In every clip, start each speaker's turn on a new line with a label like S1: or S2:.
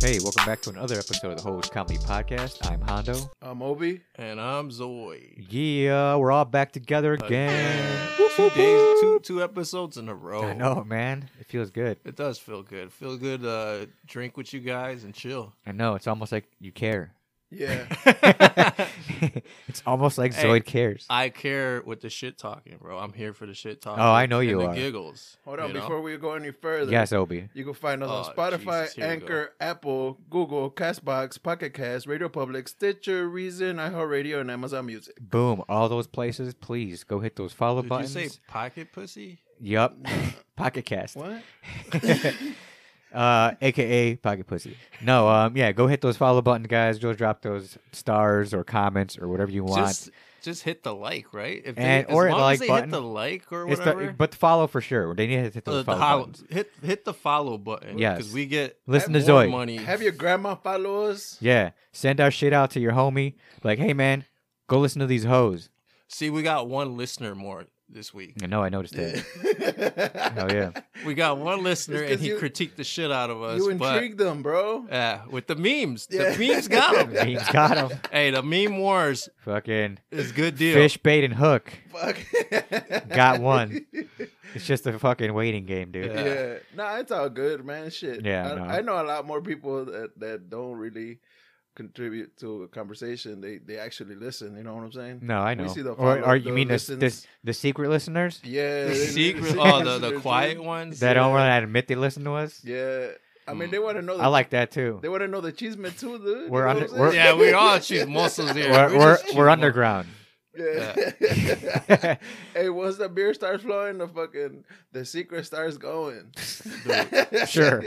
S1: Hey, welcome back to another episode of the Hose Comedy Podcast. I'm Hondo.
S2: I'm Obi.
S3: And I'm Zoid.
S1: Yeah, we're all back together again.
S3: Two days, two two episodes in a row.
S1: I know, man. It feels good.
S3: It does feel good. Feel good. Uh, drink with you guys and chill.
S1: I know. It's almost like you care.
S2: Yeah.
S1: it's almost like
S3: Hey.
S1: Zoid cares.
S3: I care with the shit talking, bro. I'm here for the shit talking.
S1: Oh, I know you
S3: and
S1: are.
S3: The giggles.
S2: Hold on,
S3: you know?
S2: before we go any further.
S1: Yes, Obi.
S2: You can find us on
S3: Oh,
S2: Spotify,
S3: Jesus, here we
S2: Anchor, Apple, Google, Castbox, Pocket Cast, Radio Public, Stitcher, Reason, iHeartRadio, and Amazon Music.
S1: Boom. All those places, please go hit those follow
S3: Did
S1: buttons.
S3: you say pocket pussy?
S1: Yup. Pocket cast.
S2: What?
S1: uh, AKA Pocket Pussy. No, um, yeah, go hit those follow buttons, guys. Go drop those stars or comments or whatever you want.
S3: Just just hit the like, right? If
S1: And-
S3: they,
S1: or
S3: as long
S1: like
S3: as they
S1: button.
S3: hit the like or
S1: It's the-
S3: whatever.
S1: but the follow for sure. They need to hit
S3: uh,
S1: those
S3: the
S1: follow
S3: hollow-
S1: buttons.
S3: hit hit the follow button.
S1: Yes.
S3: because we get
S1: Listen to
S3: more
S1: Zoid.
S3: money.
S2: Have your grandma follow us?
S1: Yeah, send our shit out to your homie. Like, hey man, go listen to these hoes.
S3: See, we got one listener more this week.
S1: I know, I noticed that. Hell yeah,
S3: We got one listener,
S2: 'cause
S3: and he
S2: you-
S3: critiqued the shit out of us.
S2: you
S3: but
S2: intrigued them, bro.
S3: Yeah, Uh, with the memes.
S2: Yeah.
S3: The memes got them.
S1: Memes got him.
S3: hey, the meme wars
S1: Fucking
S3: is good deal.
S1: fish bait and hook.
S2: Fuck.
S1: Got one. It's just a fucking waiting game, dude.
S3: Yeah.
S2: yeah. Nah, it's all good, man. Shit.
S1: Yeah,
S2: I,
S1: no.
S2: I know a lot more people that, that don't really contribute to a conversation. They they actually listen. You know what I'm saying?
S1: No, I know.
S2: see the
S1: or,
S2: follow-
S1: or you
S2: the
S1: mean the, s- the, s-
S2: listens.
S1: the secret listeners
S2: Yeah.
S3: The
S2: they-
S3: secret,
S2: they-
S3: oh, the, the
S2: listeners,
S3: quiet
S2: dude.
S3: ones.
S1: that don't want to admit they listen to us?
S2: Yeah. I mean,
S3: Mm.
S2: they want to know. The,
S1: I like that too.
S2: They want to know the cheese man too, dude.
S1: We're
S2: you
S1: under-
S2: know what I'm
S1: we're-
S2: saying?
S3: yeah, we all choose muscles here.
S1: We're,
S3: We
S1: we're,
S3: just choose
S1: we're
S3: muscles.
S1: underground.
S2: Yeah. hey, once the beer starts flowing, the fucking the secret starts going.
S1: Sure.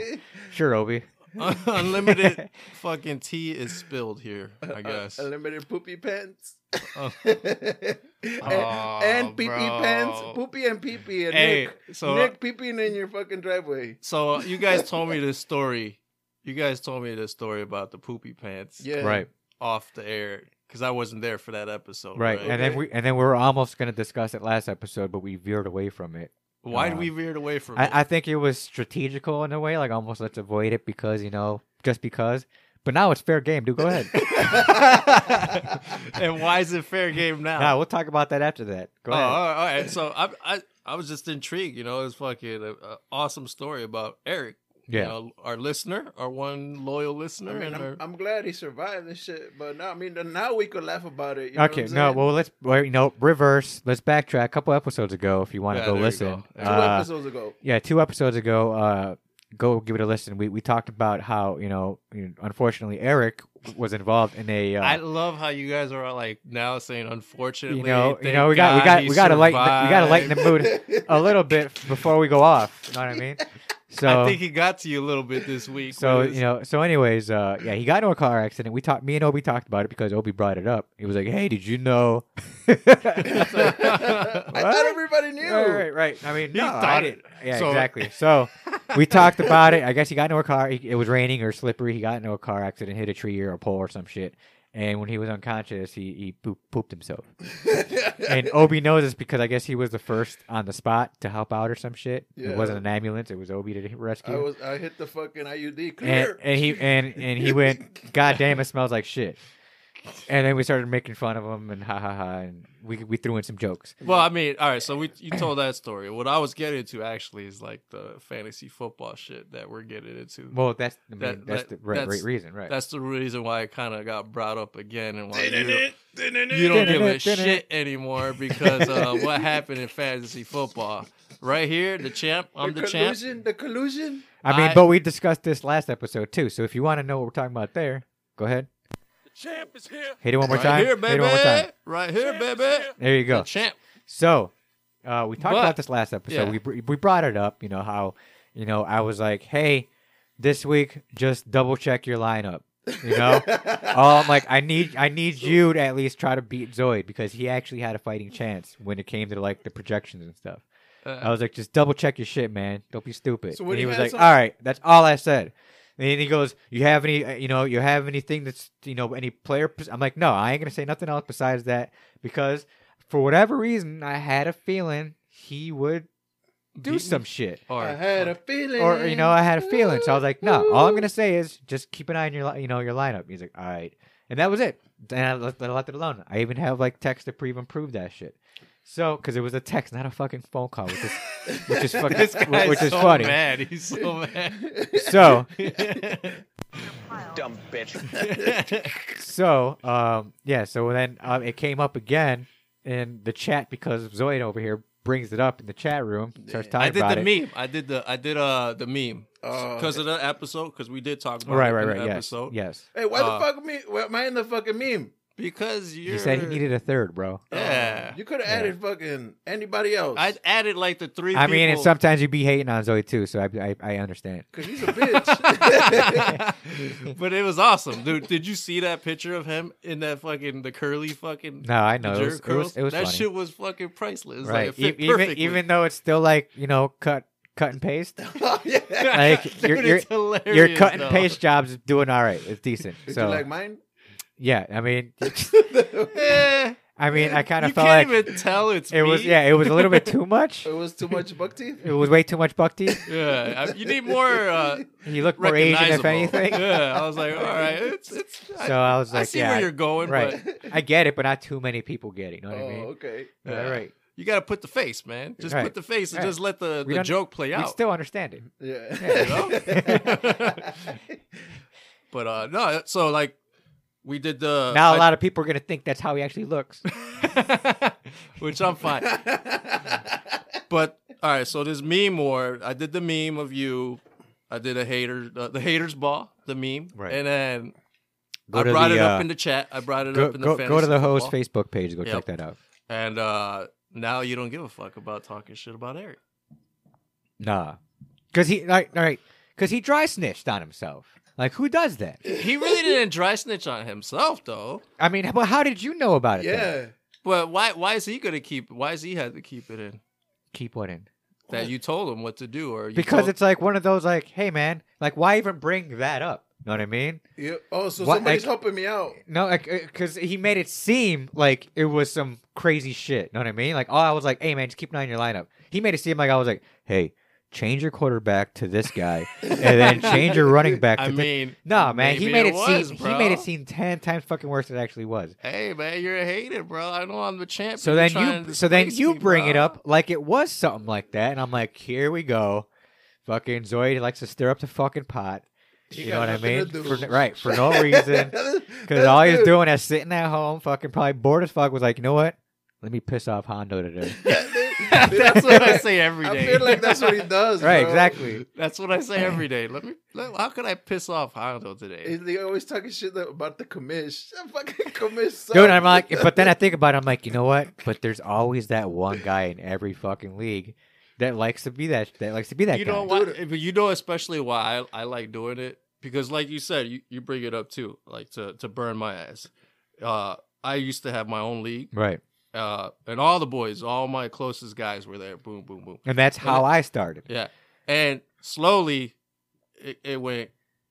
S1: Sure, Obi.
S3: Unlimited fucking tea is spilled here,
S2: Uh,
S3: I guess.
S2: Unlimited poopy pants.
S3: Oh.
S2: and, and pee pee
S3: bro.
S2: pants. Poopy and pee pee. And
S3: Hey,
S2: Nick,
S3: so-
S2: Nick pee peeing in your fucking driveway.
S3: So you guys told me this story. You guys told me this story about the poopy pants
S2: Yeah.
S1: Right,
S3: off the air because I wasn't there for that episode.
S1: right.
S3: Right.
S1: And then we and then we were almost gonna discuss it last episode, but we veered away from it.
S3: Why did
S1: uh,
S3: we veer away from it?
S1: I, I think it was strategical in a way, like almost let's avoid it because you know, just because. But now it's fair game, dude. Go ahead.
S3: and why is it fair game now?
S1: nah, we'll talk about that after that. Go
S3: oh, all
S1: ahead.
S3: right, all right. So I, I, I was just intrigued. You know, it's fucking a, a awesome story about Eric.
S1: Yeah.
S3: You know, our listener, our one loyal listener,
S2: I mean,
S3: and
S2: I'm,
S3: our,
S2: I'm glad he survived this shit, but now I mean, now we could laugh about it. You know
S1: okay,
S2: what I'm
S1: no,
S2: saying?
S1: well let's well, you know reverse. Let's backtrack. A couple episodes ago, if you want to
S3: Yeah,
S1: go
S3: there you
S1: listen.
S3: go.
S2: two
S1: Uh,
S2: episodes ago.
S1: yeah, two episodes ago, uh, go give it a listen. We we talked about how you know, you- unfortunately, Eric was involved in a. Uh,
S3: I love how you guys are like now saying, unfortunately,
S1: you know, you
S3: thank
S1: know, we got, we
S3: God
S1: got,
S3: he
S1: we got to lighten, the, we got to lighten the
S3: survived.
S1: mood a little bit before we go off. You know what I mean? So
S3: I think he got to you a little bit this week.
S1: So
S3: with his-
S1: you know, so anyways, uh, yeah, he got into a car accident. We talked, me and Obi talked about it because Obi brought it up. He was like, "Hey, did you know?"
S2: I thought everybody knew.
S1: Right, right, right. I mean,
S3: He
S1: no, I
S3: thought
S1: didn't-
S3: it.
S1: Yeah,
S3: So-
S1: exactly. So we talked about it. I guess he got into a car. It was raining or slippery. He got into a car accident, hit a tree or a pole or some shit. And when he was unconscious, he, he poop, pooped himself. and Obi knows this because I guess he was the first on the spot to help out or some shit.
S2: Yeah.
S1: It wasn't an ambulance. It was Obi to rescue.
S2: I was I hit the fucking IUD
S1: and,
S2: clear.
S1: and he and and he went, God damn, it smells like shit. And then we started making fun of him and ha ha ha, and we we threw in some jokes.
S3: Well, I mean, all right. So we you told that story. What I was getting into actually is like the fantasy football shit that we're getting into.
S1: Well, that's I mean,
S3: That-
S1: that's
S3: that-
S1: the right,
S3: that's-
S1: right reason, right?
S3: That's the reason why it kind of got brought up again, and why you, you
S2: You
S3: don't give a shit anymore because uh, what happened in fantasy football? Right here, the champ. I'm the, champ.
S2: collusion, the collusion.
S1: I mean,
S3: I-
S1: but we discussed this last episode too. So if you want to know what we're talking about, there, go ahead.
S3: The champ is here.
S1: Hit it one more
S3: right
S1: time.
S3: here,
S1: Hit it one more time.
S3: baby. Right here, baby.
S1: There you
S3: The
S1: go.
S3: champ.
S1: So, uh, we talked
S3: But-
S1: about this last episode.
S3: yeah.
S1: We br- we brought it up. You know how, you know, I was like, hey, this week just double check your lineup. You know, oh, I'm like, I need I need you to at least try to beat Zoid because he actually had a fighting chance when it came to like the projections and stuff. I
S3: Uh,
S1: was like, just double check your shit, man. Don't be stupid.
S2: So what
S1: and
S2: do
S1: he
S2: you
S1: was
S2: have
S1: like,
S2: some-
S1: all right, that's all I said. And he goes, you have any, uh, you know, you have anything that's, you know, any player? pos- I'm like, no, I ain't gonna say nothing else besides that because for whatever reason, I had a feeling he would do
S3: Beaten?
S1: some shit.
S3: Or,
S2: I had a feeling.
S1: Or you know, I had a feeling, so I was like, "No, all I'm gonna say is just keep an eye on your, li- you know, your lineup." He's like, "All right," and that was it. And I left, I left it alone. I even have like text to prove and prove that shit. So, because it was a text, not a fucking phone call, which is which is fucking-
S3: this
S1: which
S3: guy's
S1: is
S3: so
S1: funny.
S3: mad. He's so mad.
S1: so.
S4: Dumb bitch.
S1: so um yeah so then um, it came up again in the chat because Zoid over here brings it up in the chat room starts talking
S3: I did
S1: about
S3: the
S1: it
S3: meme. I did the I did uh the meme
S2: Oh,
S3: because of the episode because we did talk about
S1: right
S3: it
S1: right
S3: in
S1: right
S3: the
S1: yes
S3: episode
S1: yes
S2: Hey, why
S3: Uh,
S2: the fuck me? Why am I in the fucking meme?
S3: because you
S1: he said he needed a third bro
S3: Yeah.
S2: Oh, you could have
S1: Yeah.
S2: added fucking anybody else.
S3: I added like the three.
S1: I mean and
S3: people-
S1: sometimes you be hating on Zoid too so I I, I understand
S2: Cause he's a bitch.
S3: but it was awesome, dude. Did you see that picture of him in that fucking the curly fucking
S1: no I know it
S3: jerk
S1: was, it
S3: curls?
S1: was, it was
S3: that
S1: funny
S3: shit was fucking priceless. Right. Like,
S1: right
S3: it fit
S1: E- even
S3: perfectly.
S1: even though it's still like you know cut cut and paste
S2: oh, yeah.
S1: like,
S3: Dude,
S1: you're- you're-
S3: it's hilarious,
S1: your cut and
S3: though.
S1: paste job's doing all right it's decent
S2: Did
S1: so
S2: you like mine?
S1: yeah I mean
S2: it
S3: Eh,
S1: I mean I kind
S3: you
S1: of felt like
S3: can't even tell it's
S1: It was
S3: me.
S1: yeah, it was a little bit too much.
S2: was too much buck teeth.
S1: It was way too much buck teeth.
S3: yeah. I- you need more uh,
S1: He looked more Asian, if
S3: recognizable.
S1: anything.
S3: yeah, I was like, all right, it's it's. I,
S1: So I was
S3: I
S1: like,
S3: see
S1: yeah,
S3: where you're going,
S1: right.
S3: but
S1: I get it, but not too many people get it. You know
S2: Oh,
S1: what I mean?
S2: okay.
S1: Yeah,
S3: Yeah.
S1: right.
S3: you got to put the face, man. Just
S1: Right.
S3: put the face and
S1: Right.
S3: just let the,
S1: We
S3: the
S1: don't-
S3: joke play
S1: We
S3: out.
S1: still understand it.
S2: Yeah.
S3: But uh no, so like we did the
S1: Now a lot of people are gonna think that's how he actually looks.
S3: lot, which I'm fine. But all right, so this meme war, I did the meme of you. I did a hater, uh, the haters ball, the meme,
S1: Right.
S3: And then
S1: Go
S3: I
S1: to
S3: brought
S1: the,
S3: it up
S1: uh,
S3: in the chat. I brought it
S1: Go,
S3: up in the
S1: go,
S3: fantasy
S1: go to the host
S3: football.
S1: Facebook page. Go
S3: Yep.
S1: check that out.
S3: and uh now you don't give a fuck about talking shit about Eric.
S1: Nah, because he like all right, because he dry snitched on himself. Like who does that?
S3: He really didn't dry snitch on himself though.
S1: I mean, but how did you know about it? then?
S2: yeah.
S3: But why? Why is he gonna keep? Why is he had to keep it in?
S1: keep what in.
S3: That you told him what to do, or you
S1: Because
S3: told-
S1: it's like one of those like, hey man, like why even bring that up? You know what I mean?
S2: yeah. Oh, so
S1: What,
S2: somebody's
S1: like-
S2: helping me out.
S1: No, like because he made it seem like it was some crazy shit. Know what I mean? Like, oh, I was like, hey man, just keep an eye on your lineup. He made it seem like I was like, hey, change your quarterback to this guy, and then change your running back. To
S3: I
S1: thi-
S3: mean,
S1: no man, he
S3: maybe
S1: made it,
S3: was,
S1: seem
S3: bro.
S1: he made it seem ten times fucking worse than it actually was.
S3: Hey man, you're a hater, bro. I know I'm the champion.
S1: So
S3: You're
S1: then
S3: trying
S1: you,
S3: to
S1: so then
S3: displace
S1: you
S3: me,
S1: bring it
S3: bro.
S1: up like it was something like that, and I'm like, here we go, fucking Zoid likes to stir up the fucking pot.
S2: He
S1: you
S2: got
S1: know what I
S2: nothing
S1: mean?
S2: to do.
S1: For, right, for no reason. Because
S2: Because
S1: all he was doing is sitting at home, fucking probably bored as fuck, was like, you know what? Let me piss off Hondo today.
S3: that's what I say every
S2: I
S3: day.
S2: feel like that's what he does.
S1: right,
S2: bro.
S1: exactly.
S3: That's what I say every day. Let me. Let, how could I piss off Hondo today?
S2: Is They always talking shit about the commish. That fucking commish. Sucks.
S1: Dude, I'm like, but then I think about it, I'm like, you know what? But there's always that one guy in every fucking league that likes to be that that likes to be that
S3: you
S1: guy.
S3: know why? But you know especially why I, I like doing it because, like you said, you, you bring it up too, like to to burn my ass. Uh, I used to have my own league,
S1: Right.
S3: uh, and all the boys, all my closest guys were there. Boom, boom, boom.
S1: And that's how I started.
S3: Yeah. And slowly it, it went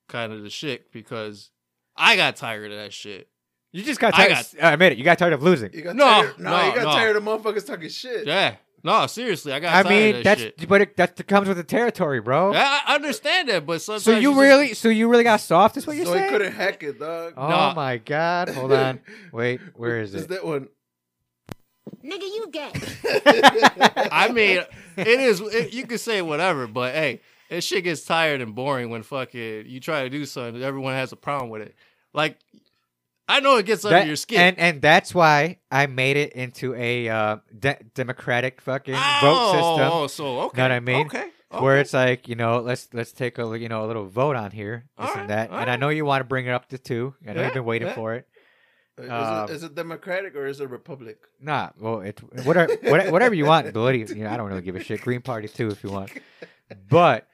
S3: kind of to shit because I got tired of that shit.
S1: You just got
S3: I
S1: tired. I admit it. You got tired of losing.
S2: You got
S3: No,
S2: tired. No,
S3: no,
S2: you got
S3: no.
S2: tired of motherfuckers talking shit.
S3: Yeah. No, seriously, I got
S1: I
S3: tired
S1: mean,
S3: of that
S1: that's
S3: shit.
S1: but it, that comes with the territory, bro.
S3: Yeah, I I understand that, but sometimes
S1: so you
S3: just-
S1: really, so you really got soft. Is what you're
S2: so he
S1: saying?
S2: couldn't hack it, dog.
S1: oh
S3: Nah.
S1: my god! Hold on. Wait, where is
S2: Is
S1: it?
S2: that one?
S4: Nigga, you gay.
S3: I mean, it is it, you can say whatever, but hey, this shit gets tired and boring when fucking you try to do something, everyone has a problem with it. Like I know it gets under
S1: That-
S3: your skin.
S1: And and that's why I made it into a uh, de- democratic fucking vote
S3: Oh,
S1: system
S3: Oh, so okay.
S1: Know what I mean?
S3: Okay.
S1: where
S3: okay.
S1: it's like, you know, let's let's take a li- you know a little vote on here, this
S3: All
S1: and
S3: right,
S1: that.
S3: all
S1: And I know you want to bring it up to two. I know
S3: Yeah,
S1: you've been waiting
S3: yeah.
S1: for it.
S2: Is,
S1: Um,
S2: it, is it democratic or is it republic?
S1: Nah, well, it whatever what- whatever you want, bloody. You know, I don't really give a shit. Green Party too, if you want. But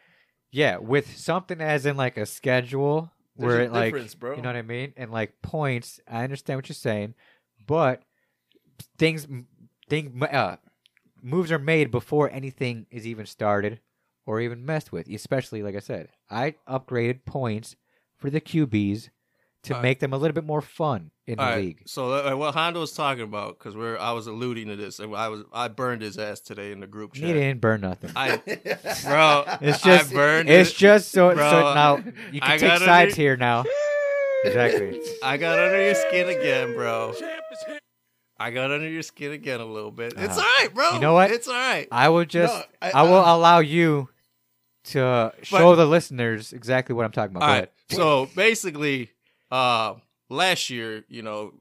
S1: yeah, with something as in like a schedule
S2: There's
S1: where
S2: a
S1: it like
S2: difference, bro.
S1: you know what I mean, and like points. I understand what you're saying, but things thing uh, moves are made before anything is even started or even messed with. Especially like I said, I upgraded points for the QBs to
S3: All right.
S1: make them a little bit more fun in the
S3: All right,
S1: league.
S3: So uh, what Hondo was talking about, because we're I was alluding to this, and I was I burned his ass today in the group
S1: He
S3: chat.
S1: didn't burn nothing.
S3: I, bro,
S1: It's just-
S3: I burned
S1: it's
S3: it.
S1: just so,
S3: Bro,
S1: so now you
S3: I
S1: can take
S3: gotta
S1: sides
S3: be-
S1: here now. Exactly.
S3: I got under your skin again, bro. I got under your skin again a little bit. It's
S1: Uh,
S3: all right, bro.
S1: you know what?
S3: It's all right.
S1: I will just
S2: No,
S1: I, will
S3: uh,
S1: allow you to show the listeners exactly what I'm talking about.
S3: All
S1: Go
S3: right. So basically, uh, last year, you know,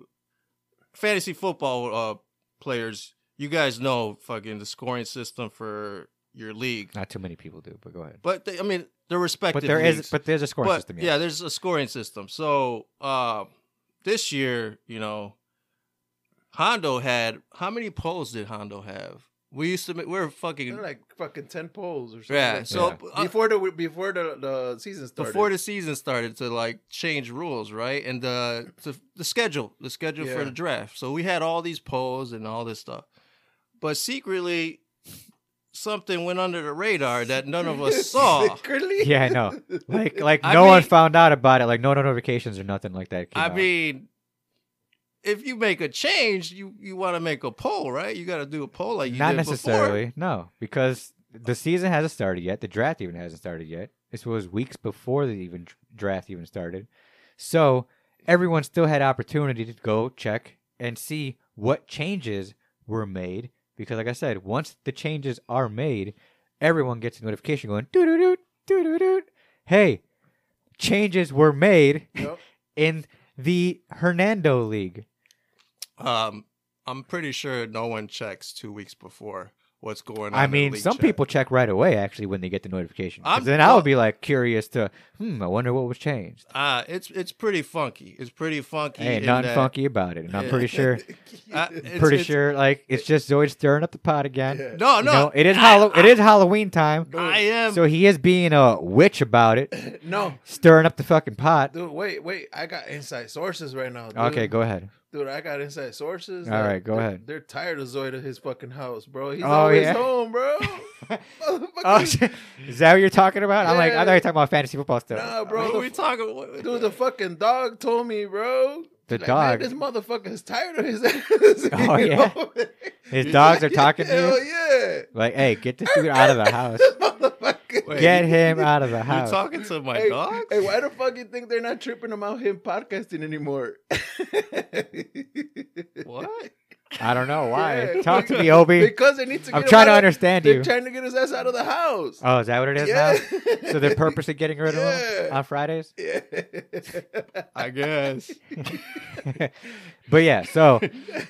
S3: fantasy football uh, players, you guys know fucking the scoring system for your league.
S1: Not too many people do, but go ahead.
S3: But they, I mean, they're respected.
S1: Uh, But there is, but there's a scoring
S3: But,
S1: system.
S3: Yeah, there's a scoring system. So uh, this year, you know, Hondo had how many polls did Hondo have? We used to make, we were fucking
S2: They're like fucking ten poles or something.
S3: yeah. So uh,
S2: before the before the, the season started.
S3: before the season started to like change rules, right? And the the, the schedule, the schedule for
S2: Yeah.
S3: the draft. So we had all these polls and all this stuff, but secretly. Something went under the radar that none of us saw.
S2: Secretly?
S1: Yeah, I know. Like, like
S3: I
S1: no one
S3: mean-
S1: found out about it. Like, no notifications or nothing like that. came
S3: I
S1: out.
S3: mean, if you make a change, you you want to make a poll, right? You got to do a poll like you
S1: not
S3: did
S1: necessarily. No, because the season hasn't started yet. The draft even hasn't started yet. This was weeks before the even draft even started. So everyone still had opportunity to go check and see what changes were made. Because, like I said, once the changes are made, everyone gets a notification going doo doo doo doo doo doo. Hey, changes were made
S2: Yep.
S1: in the Hernando League.
S3: before. Um, I'm pretty sure no one checks two weeks before what's going on.
S1: I
S3: in the
S1: mean,
S3: league
S1: some
S3: chat.
S1: people check right away actually when they get the notification. 'Cause
S3: I'm-
S1: then I
S3: well-
S1: would be like curious to, hmm, I wonder what was changed.
S3: Uh, it's it's pretty funky. It's pretty funky.
S1: Hey,
S3: in
S1: nothing
S3: that-
S1: funky about it, and I'm
S3: Yeah.
S1: pretty sure,
S3: Uh, it's-
S1: pretty
S3: it's- Oh,
S1: sure, like it's just Zoid stirring up the pot again.
S2: Yeah.
S3: No, no,
S1: You know, it is Hallow- it is Halloween time,
S3: I am.
S1: so he is being a witch about it,
S2: No,
S1: stirring up the fucking pot.
S2: dude, wait, wait. I got inside sources right now. Dude.
S1: Okay, go ahead.
S2: dude, I got inside sources.
S1: All
S2: All
S1: right, go ahead.
S2: They're tired of Zoid at his fucking house, bro. He's
S1: Oh,
S2: always
S1: yeah.
S2: home, bro.
S1: Oh,
S2: Motherfucker.
S1: is that what you're talking about? I'm like, I
S2: Yeah.
S1: thought you were talking about fantasy football stuff.
S2: nah, bro.
S3: bro,
S2: the
S3: what we talking? What,
S2: Dude, the fucking dog told me, bro.
S1: The
S2: Like,
S1: dog?
S2: Man, this motherfucker is tired of his ass.
S1: Oh,
S2: you
S1: yeah?
S2: know?
S1: His dogs are talking to
S2: Hell
S1: you.
S2: yeah.
S1: Like, hey, get this dude out of the house.
S2: This motherfucker.
S3: Wait,
S1: Get him out of the
S3: you
S1: house.
S3: talking to my
S2: hey,
S3: dog?
S2: hey, why the fuck you think they're not tripping about him podcasting anymore?
S3: What?
S1: I don't know why.
S2: Yeah.
S1: Talk to me, Obi.
S2: Because they need to.
S1: I'm
S2: get him
S1: trying to
S2: out of-
S1: understand
S2: They're
S1: you.
S2: trying to get his ass out of the house.
S1: Oh, is that what it is
S2: yeah.
S1: now? So they're purposely getting rid of him
S2: Yeah.
S1: on Fridays.
S2: Yeah.
S3: I guess.
S1: but yeah, so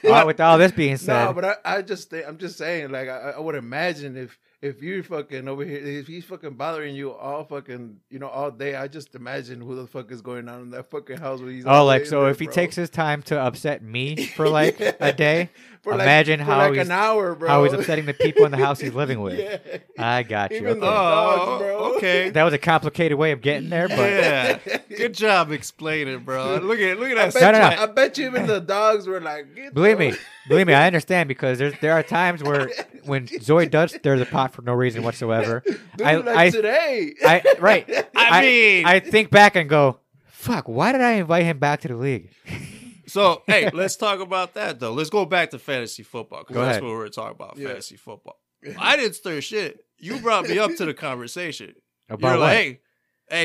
S1: all, with all this being said,
S2: No, but I, I just think I'm just saying, like I, I would imagine if if you fucking over here, if he's fucking bothering you all fucking, you know, all day, I just imagine who the fuck is going on in that fucking house with these.
S1: oh, like so if he takes his time to upset me for like a day, imagine how
S2: like
S1: he's-
S2: an hour, bro.
S1: how he's upsetting the people in the house he's living with.
S2: Yeah.
S1: I got you.
S2: Even
S1: okay.
S2: though-
S3: Oh,
S2: Dogs, bro.
S3: okay.
S1: That was a complicated way of getting there, but
S3: yeah, good job explaining, bro. Look at look
S2: I bet,
S3: at that.
S1: No, no,
S2: you,
S1: no.
S2: I bet you even the dogs were like, "Get
S1: believe
S2: the-
S1: me, believe me, I understand because there's there are times where when Zoid does stir the pot for no reason whatsoever.
S2: dude,
S1: I,
S2: like
S1: I,
S2: today."
S1: I right.
S3: I mean-
S1: I think back and go, fuck. Why did I invite him back to the league?
S3: So hey, let's talk about that though. Let's go back to fantasy football because
S1: Go
S3: that's
S1: ahead.
S3: what we were talking about.
S2: Yeah.
S3: Fantasy football. I didn't stir shit. You brought me up to the conversation.
S1: About
S3: you're
S1: what?
S3: like, hey,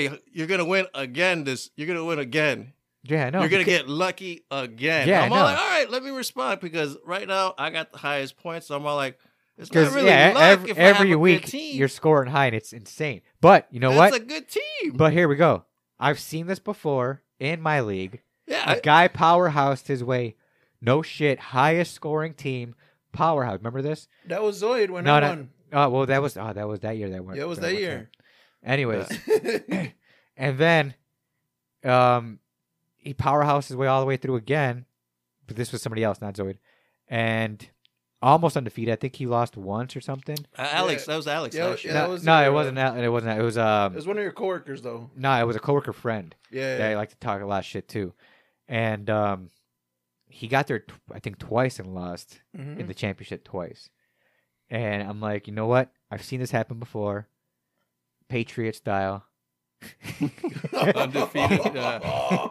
S3: hey, you're gonna win again. This you're gonna win again.
S1: yeah, no.
S3: you're gonna
S1: because-
S3: get lucky again.
S1: Yeah,
S3: I'm
S1: I
S3: all
S1: know.
S3: like, all right, let me respond because right now I got the highest points. So I'm all like, it's not
S1: Because
S3: really
S1: yeah,
S3: luck
S1: every,
S3: if I have
S1: every
S3: a good
S1: week
S3: team.
S1: you're scoring high and it's insane. But you know
S3: That's
S1: what?
S3: a good team.
S1: but here we go. I've seen this before in my league.
S3: yeah,
S1: A
S3: I-
S1: guy powerhoused his way, no shit, highest scoring team, powerhouse. Remember this?
S2: that was Zoid when
S1: No,
S2: I
S1: no.
S2: won.
S1: Oh well, that was oh that was that year that went.
S2: Yeah, it was that
S1: went
S2: year.
S1: there. Anyways, and then um he powerhoused his way all the way through again but this was somebody else not zoid and almost undefeated i think he lost once or something
S3: uh, Alex, that was Alex.
S2: Yeah,
S3: last
S2: yeah,
S3: year.
S1: no,
S2: was
S1: no,
S2: the-
S1: it wasn't that it wasn't that it was
S2: it
S1: um
S2: was one of your coworkers, though.
S1: no it was a coworker friend
S2: Yeah.
S1: that i like to talk a lot of shit too and um he got there tw- i think twice and lost
S2: Mhm.
S1: in the championship twice. And I'm like, you know what? I've seen this happen before, Patriot style.
S2: Oh,
S3: Undefeated, Uh,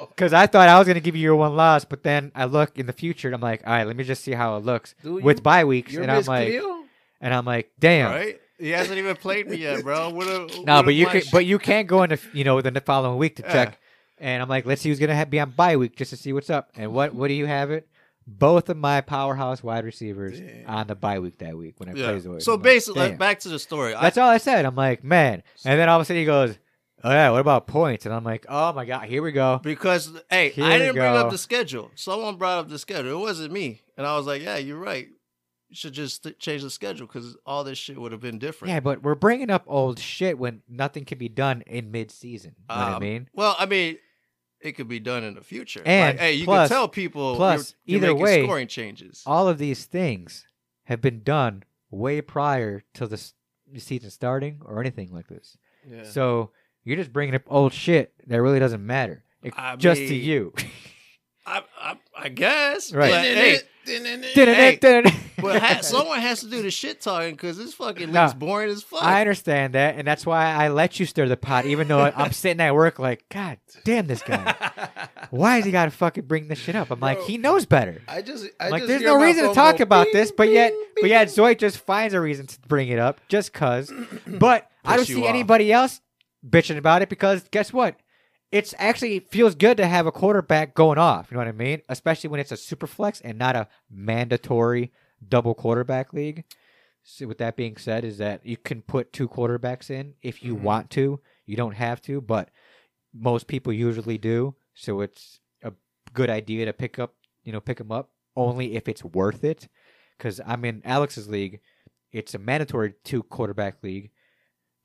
S1: Because I thought I was gonna give you your one loss, but then I look in the future and I'm like, all right, let me just see how it looks
S2: Dude,
S1: with
S2: you-
S1: bye weeks,
S2: You're
S1: and I'm
S2: Miss
S1: like,
S2: Cleo?
S1: and I'm like, damn.
S3: Right? He hasn't even played me yet, bro. What a,
S1: No,
S3: what a
S1: but you can,
S3: flash.
S1: but you can't go into you know the n- following week to
S3: Yeah.
S1: check. And I'm like, let's see who's gonna ha- be on bye week just to see what's up. And what what do you have it? Both of my powerhouse wide receivers
S2: Damn.
S1: on the bye week that week when I
S3: Yeah.
S1: plays away.
S3: So
S1: I'm like,
S3: basically,
S1: damn.
S3: back to the story. I,
S1: that's all I said. I'm like, man. And then all of a sudden he goes, oh yeah, what about points? And I'm like, oh my god, here we go.
S3: because hey,
S1: Here
S3: I
S1: we
S3: didn't bring
S1: go.
S3: up the schedule. Someone brought up the schedule. It wasn't me, and I was like, yeah, you're right. You should just th- change the schedule because all this shit would have been different.
S1: Yeah, but we're bringing up old shit when nothing can be done in mid season. You know what I
S3: Um,
S1: mean?
S3: Well, I mean, it could be done in the future.
S1: And
S3: like, hey, you
S1: plus-
S3: can tell people
S1: plus,
S3: you're,
S1: either
S3: you're making
S1: way-
S3: scoring changes.
S1: All of these things have been done way prior to the s- season starting or anything like this.
S2: Yeah.
S1: So you're just bringing up old shit that really doesn't matter, It-
S3: I
S1: just to
S3: mean-
S1: you.
S3: I, I, I guess.
S1: Right.
S3: But, hey,
S1: Dun-dun-dun, dun-dun-dun.
S3: but ha- someone has to do the shit talking because this fucking
S1: Nah.
S3: looks boring as fuck.
S1: I understand that, and that's why I let you stir the pot, even though I'm sitting at work like, God damn this guy. Why has he got to fucking bring this shit up? I'm like,
S2: Bro.
S1: he knows better.
S2: I just, I
S1: like,
S2: just
S1: there's
S2: hear
S1: no
S2: my
S1: reason to
S2: phone
S1: talk
S2: go
S1: about
S2: bing,
S1: this, but yet,
S2: bing,
S1: but yet,
S2: bing.
S1: Zoid just finds a reason to bring it up just cause. But I don't
S3: Piss you
S1: see
S3: off.
S1: anybody else bitching about it because guess what? It's actually it feels good to have a quarterback going off. You know what I mean? Especially when it's a super flex and not a mandatory double quarterback league. So with that being said, is that you can put two quarterbacks in if you
S3: Mhm.
S1: want to. You don't have to, but most people usually do. So it's a good idea to pick up, you know, pick them up only if it's worth it. Because I'm in Alex's league. It's a mandatory two quarterback league.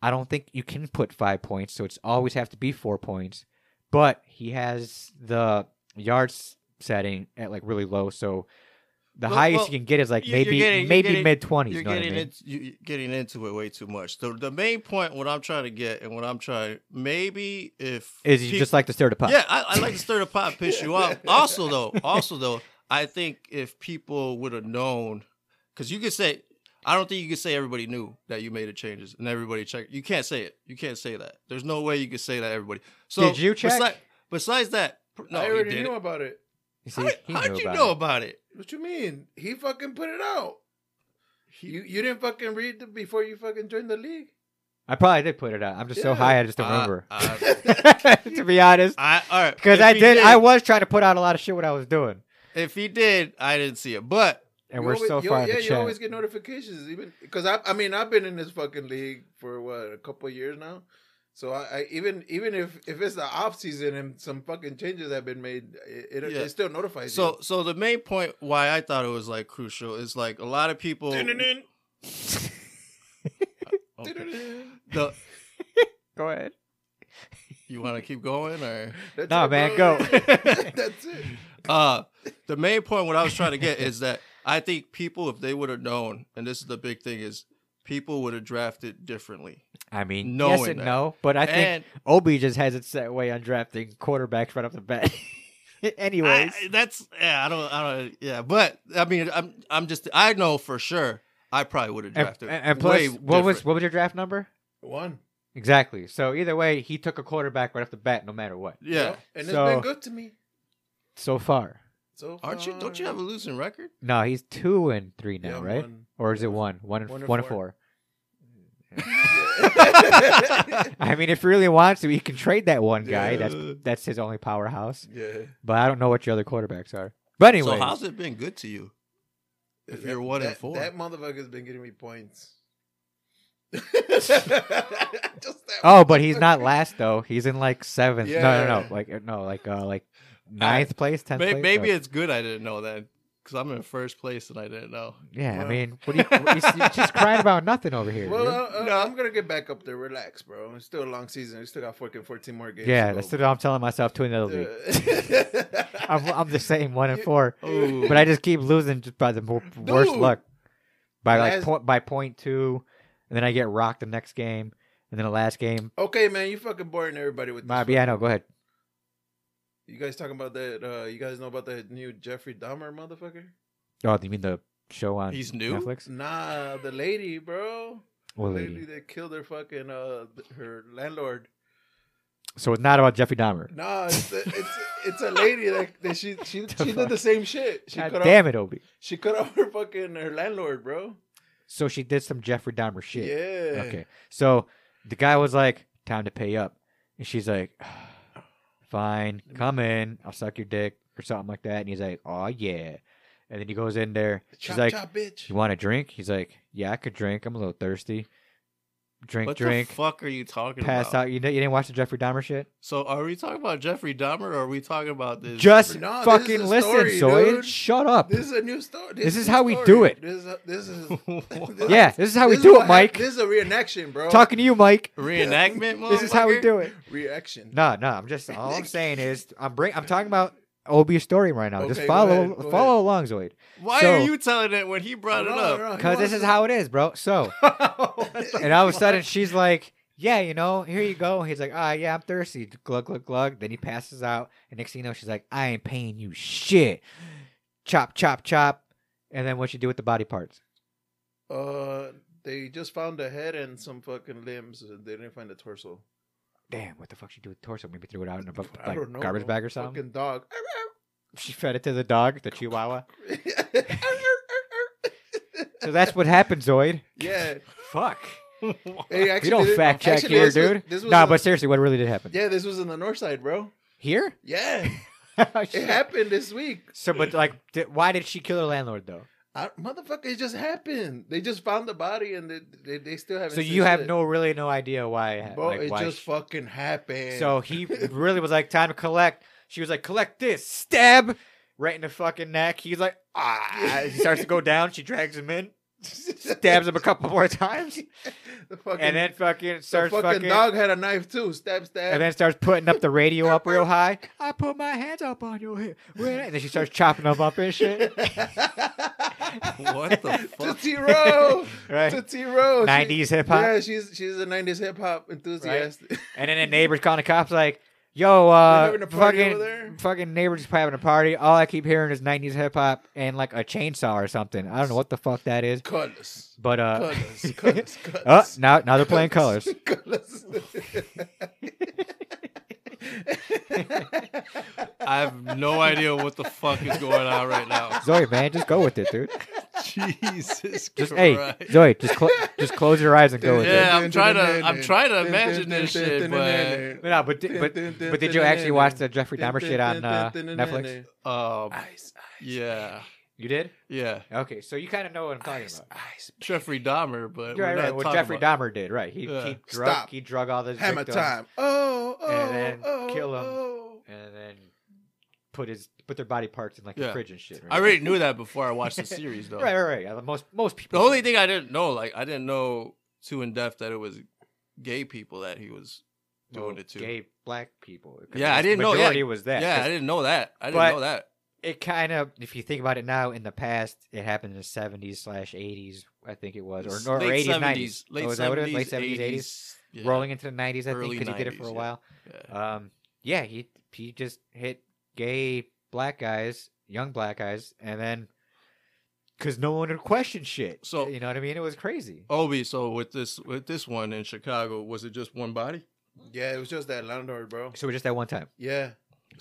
S1: I don't think you can put five points, so it's always have to be four points. But he has the yards setting at like really low, so the
S3: Well-
S1: highest
S3: well,
S1: you can get is like
S3: you're- you're
S1: maybe
S3: getting- you're
S1: maybe
S3: getting-
S1: mid twenties.
S3: you're
S1: know what I
S3: getting,
S1: mean?
S3: into, you- you're getting into it way too much. The, the main point, what I'm trying to get and what I'm trying, maybe if.
S1: Is you
S3: peop-
S1: just like to stir the pot?
S3: Yeah, I, I like to stir the pot, piss you off. Also, though, also though, I think if people would have known, because you could say, I don't think you could say everybody knew that you made the changes and everybody checked. You can't say it. You can't say that. There's no way you could say that everybody. So
S1: Did you check?
S3: Besides, besides that, pr- no,
S2: I
S3: you
S2: already
S3: didn't.
S2: knew about it.
S1: You see,
S3: How,
S1: he
S3: how'd you
S1: about
S3: know
S1: it.
S3: about it?
S2: What you mean? He fucking put it out. You you didn't fucking read the, before you fucking joined the league.
S1: I probably did put it out. I'm just so
S2: Yeah.
S1: high, I just don't
S3: Uh,
S1: remember.
S3: I,
S1: to be honest,
S3: I, all right.
S1: because
S3: if
S1: I
S3: he
S1: did, I was trying to put out a lot of shit. What I was doing,
S3: if he did, I didn't see it. But
S1: and
S2: You
S1: we're
S2: always-
S1: so
S2: you-
S1: far in
S2: Yeah,
S1: the
S2: you
S1: chat.
S2: always get notifications, even because I, I mean, I've been in this fucking league for what a couple of years now. So I, I even even if if it's the off season and some fucking changes have been made, it, it,
S3: Yeah.
S2: it still notifies
S3: so, so the main point why I thought it was like crucial is like a lot of people.
S2: you. Dun-dun-dun,
S3: oh, Okay.
S2: dun-dun-dun.
S3: The-
S1: Go ahead.
S3: you want to keep going or?
S2: That's
S1: Nah,
S2: it,
S1: man,
S2: bro.
S1: go.
S2: That's it.
S3: Uh, the main point what I was trying to get is that I think people, if they would have known, and this is the big thing, is people would have drafted differently.
S1: I mean, yes
S3: Knowing
S1: and
S3: that.
S1: no, but I think
S3: and
S1: Obi just has it set way on drafting quarterbacks right off the bat. Anyways,
S3: I, that's yeah, I don't, I don't, yeah, but I mean, I'm, I'm just, I know for sure, I probably would have
S1: and,
S3: drafted.
S1: and- and plus,
S3: way
S1: what was
S3: different.
S1: what was your draft number?
S2: One.
S1: Exactly. So either way, he took a quarterback right off the bat, no matter what.
S3: yeah?
S2: Yep. and
S1: So-
S2: it's been good to me.
S1: So far,
S2: So
S3: Aren't you? Don't you have a losing record?
S1: no, he's two and three
S2: Yeah,
S1: now,
S2: I'm
S1: right?
S2: one.
S1: Or is it one? One and
S2: One
S1: one,
S2: and
S1: and
S2: four.
S1: four. I mean, if he really wants to, he can trade that one guy.
S2: Yeah.
S1: That's that's his only powerhouse.
S2: yeah.
S1: But I don't know what your other quarterbacks are. But anyway,
S3: So how's it been good to you? If you're one
S2: that,
S3: and four.
S2: that motherfucker's been giving me points. Just that
S1: oh, but he's not
S2: motherfucker.
S1: last though. He's in like seventh. No, no,
S2: Yeah.
S1: no. Like no, like uh, like ninth place, tenth.
S3: May-
S1: place?
S3: maybe
S1: Oh,
S3: it's good I didn't know that because I'm in first place and I didn't know.
S1: yeah.
S2: well.
S1: I mean, what do you, you you're just crying about nothing over here?
S2: Well,
S1: dude.
S2: uh, uh,
S3: No.
S2: I'm gonna get back up there. Relax, bro. It's still a long season. We still got fucking 14 more games.
S1: yeah,
S2: to
S1: that's
S2: go.
S1: what I'm telling myself to another league. I'm,
S2: Uh,
S1: I'm the same one and
S2: You-
S1: four,
S3: Oh,
S1: but I just keep losing just by the wor- worst
S2: Dude.
S1: luck. By like
S2: Last-
S1: po- by point two, and then I get rocked the next game, and then the last game.
S2: okay, man, you fucking boring everybody with this.
S1: My,
S2: fuck-
S1: yeah, no, go ahead.
S2: You guys talking about that? Uh, you guys know about that new Jeffrey Dahmer motherfucker?
S1: Oh, do you mean the show on
S3: He's new?
S1: Netflix?
S2: Nah, the lady, bro.
S1: Well,
S2: lady
S1: lady.
S2: that killed her fucking uh her landlord.
S1: So it's not about Jeffrey Dahmer.
S2: No, it's a, it's it's a lady that, that she she she did the same shit. She
S1: God
S2: cut off
S1: damn it, Obi.
S2: she cut off her fucking her landlord, bro.
S1: So she did some Jeffrey Dahmer shit.
S2: Yeah.
S1: Okay. So the guy was like, time to pay up. And she's like, "Ah, fine, come in. I'll suck your dick or something like that. And he's like, oh, yeah. And then he goes in there. She's
S2: Chop
S1: like,
S2: chop, bitch.
S1: you want a drink? He's like, yeah, I could drink. I'm a little thirsty. Drink,
S3: What
S1: drink,
S3: the fuck are you talking
S1: pass
S3: about?
S1: out. You, know, you didn't watch the Jeffrey Dahmer shit?
S3: So are we talking about Jeffrey Dahmer or are we talking about this?
S1: Just
S2: No, this
S1: fucking
S2: is a
S1: listen,
S2: story,
S1: Soy.
S2: dude.
S1: Shut up.
S2: This is a new story.
S1: This is
S2: a
S1: how we do it.
S2: This is this is
S3: What?
S1: yeah, this is how we
S2: this is
S1: do
S2: what
S1: it,
S2: hap-
S1: Mike.
S2: This is a reenaction, bro.
S1: Talking to you, Mike.
S3: reenactment.
S1: This is how we
S3: motherfucker?
S1: do it.
S2: reaction.
S1: No, no. I'm just all I'm saying is I'm bring I'm talking about Obi's story right now. just
S2: Okay, go
S1: follow
S2: ahead, go
S1: follow
S2: ahead. Oh,
S1: along, Zoid.
S3: Why
S1: So-
S3: are you telling it when he brought it up?
S1: Because this is how it is, bro. So and all of a sudden she's like, "Yeah, you know, here you go." He's like, "Ah, yeah, I'm thirsty." Glug glug glug. Then he passes out, and next thing you know, she's like, "I ain't paying you shit." Chop chop chop. And then what you do with the body parts?
S2: Uh, they just found a head and some fucking limbs. and They didn't find the torso.
S1: Damn, what the fuck she do with the torso? Maybe threw it out in a bu-
S2: I
S1: like,
S2: don't know.
S1: garbage
S2: bro.
S1: bag or something.
S2: Fucking dog.
S1: She fed it to the dog, the Chihuahua. So that's what happened, Zoid.
S2: yeah.
S1: Fuck.
S2: Hey, actually,
S1: we don't
S2: this-
S1: fact check
S2: actually,
S1: here,
S2: this was-
S1: dude.
S2: this was
S1: nah,
S2: a-
S1: but seriously, what really did happen?
S2: yeah, this was in the north side, bro.
S1: Here? Oh,
S2: Yeah, it
S1: Shit.
S2: happened this week.
S1: so, but like, di- why did she kill her landlord though?
S2: I, motherfucker, it just happened. They just found the body and they they, they still haven't.
S1: So
S2: said
S1: you have
S2: shit.
S1: no really no idea why. it ha-
S2: Bro,
S1: like,
S2: it
S1: why
S2: just
S1: she-
S2: fucking happened.
S1: so he really was like, time to collect. She was like, collect this, stab right in the fucking neck. He's like, ah. He starts to go down. She drags him in, stabs him a couple more times,
S2: the fucking,
S1: and then fucking
S2: the
S1: starts
S2: fucking, dog had a knife too. Stab, stab.
S1: and then starts putting up the radio up real high. I put my hands up on your hip, and then she starts chopping them up and shit.
S3: What the fuck?
S2: Tootsie Roll,
S1: Right.
S2: Tootsie Roll. She-
S1: 90s hip hop.
S2: Yeah, she's she's a '90s hip hop enthusiast.
S1: And then the neighbors calling the cops like, "Yo, uh,
S2: having a party over there?"
S1: fucking, fucking neighbors just having a party. All I keep hearing is '90s hip hop and like a chainsaw or something. I don't know what the fuck that is,
S2: Colors,
S1: but uh,
S2: colors, colors, colors.
S1: oh, now now they're playing colors.
S2: colors.
S3: I have no idea what the fuck is going on right now.
S1: Zoe, man, just go with it, dude.
S3: Jesus
S1: Just hey,
S3: Christ.
S1: Zoe, just cl- just close your eyes and go with it.
S3: Yeah, I'm trying to- I'm trying to imagine this shit, but-
S1: No, no, but di- but but did you actually watch the Jeffrey Dahmer shit on uh, Netflix?
S3: Um,
S2: Ice,
S3: yeah,
S1: You did?
S3: yeah.
S1: Okay, so you kind of know what I'm talking
S2: ice,
S1: about.
S2: ice.
S3: Jeffrey Dahmer, but
S1: You're
S3: we're
S1: right,
S3: not
S1: right. What
S3: talking
S1: Jeffrey
S3: about-
S1: Dahmer did, right? He
S3: Yeah.
S1: he drug
S2: Stop.
S1: he drug all those
S2: Hammer
S1: victims.
S2: time. Oh, oh,
S1: And then
S2: oh,
S1: kill 'em.
S2: Oh.
S1: and then put his put their body parts in like the
S3: Yeah.
S1: fridge and shit. Right?
S3: I already knew that before I watched the series, though.
S1: right, right, right. Yeah, Most most people.
S3: The only thing I didn't know, like, I didn't know too in depth that it was gay people that he was
S1: Well,
S3: doing it to.
S1: Oh, gay black people. 'Cause
S3: Yeah, I
S1: the
S3: didn't know, yeah.
S1: Majority was that.
S3: yeah,
S1: 'Cause
S3: I didn't know that. I didn't
S1: But-
S3: know that.
S1: It kind of, if you think about it now, in the past, it happened in the seventies slash eighties. I think it was, or, or eighties, nineties,
S3: late
S1: oh, is that what it is? Late seventies, eighties,
S3: yeah.
S1: rolling into the nineties. I
S3: Early
S1: think because he did it for
S3: 90s,
S1: a
S3: yeah.
S1: while.
S3: Yeah.
S1: Um, yeah, he he just hit gay black guys, young black guys, and then because no one would question shit.
S3: So- Oh.
S1: you know what I mean? It was crazy.
S3: Obi, so with this with this one in Chicago, was it just one body?
S2: Yeah, it was just that landlord, bro.
S1: So just that one time.
S2: Yeah,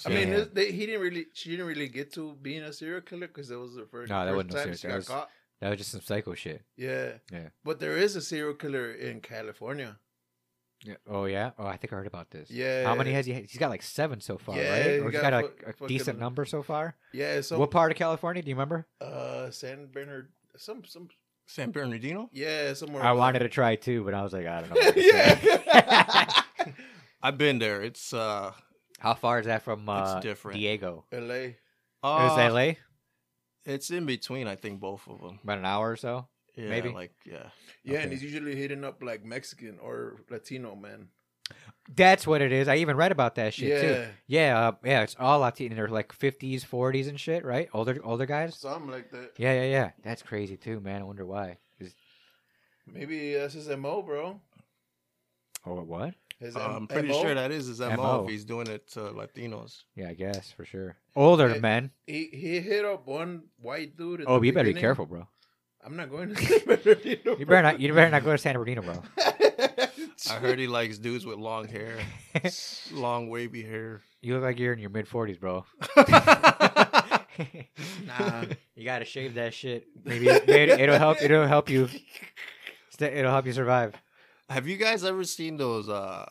S2: I
S1: Yeah.
S2: mean, this, they, he didn't really, she didn't really get to being a serial killer because that was the first,
S1: No, that
S2: first
S1: wasn't a
S2: time
S1: serial
S2: she
S1: killer. That
S2: got
S1: was-
S2: caught.
S1: That was just some psycho shit.
S2: Yeah,
S1: Yeah.
S2: But there is a serial killer in California.
S1: Yeah. Oh yeah. Oh, I think I heard about this.
S2: Yeah.
S1: How many has he? Had? He's got like seven so far,
S2: Yeah,
S1: right?
S2: he
S1: Or he's got,
S2: got
S1: a,
S2: fu-
S1: a
S2: fucking-
S1: decent number so far.
S2: Yeah. So,
S1: what part of California do you remember?
S2: uh, San Bernard, some, some,
S3: San Bernardino?
S2: yeah, somewhere.
S1: I
S2: around-
S1: wanted to try too, but I was like, I don't know. what to say.
S2: yeah.
S3: I've been there. It's uh,
S1: How far is that from uh,
S3: different.
S1: Diego?
S2: L.A.
S1: It was
S3: uh,
S1: L.A.
S3: it's in between, I think, both of them.
S1: About an hour or so.
S3: Yeah,
S1: Maybe.
S3: like yeah.
S2: Yeah, and
S1: Okay.
S2: he's usually hitting up like Mexican or Latino man.
S1: That's what it is. I even read about that shit too.
S2: yeah.
S1: Yeah, uh, yeah. It's all Latino. They're like fifties, forties, and shit, right? Older, older guys.
S2: Something like that.
S1: Yeah, yeah, yeah. That's crazy too, man. I wonder why. Is,
S2: Maybe that's his MO, bro.
S1: oh, what?
S2: His
S3: Uh,
S2: M-
S3: I'm pretty
S2: MO?
S3: sure that is his MO,
S1: MO.
S3: if he's doing it to Latinos.
S1: Yeah, I guess for sure. Older
S2: Hey,
S1: men.
S2: he, he hit up one white dude. in
S1: Oh,
S2: the
S1: you better be
S2: beginning.
S1: careful, bro.
S2: I'm not going to San Bernardino.
S1: You better not. You better not go to San Bernardino, bro.
S3: I heard he likes dudes with long hair, long wavy hair.
S1: You look like you're in your mid forties, bro.
S2: Nah.
S1: You gotta shave that shit. Maybe it, maybe it'll help. It'll help you. sta- It'll help you survive.
S3: Have you guys ever seen those uh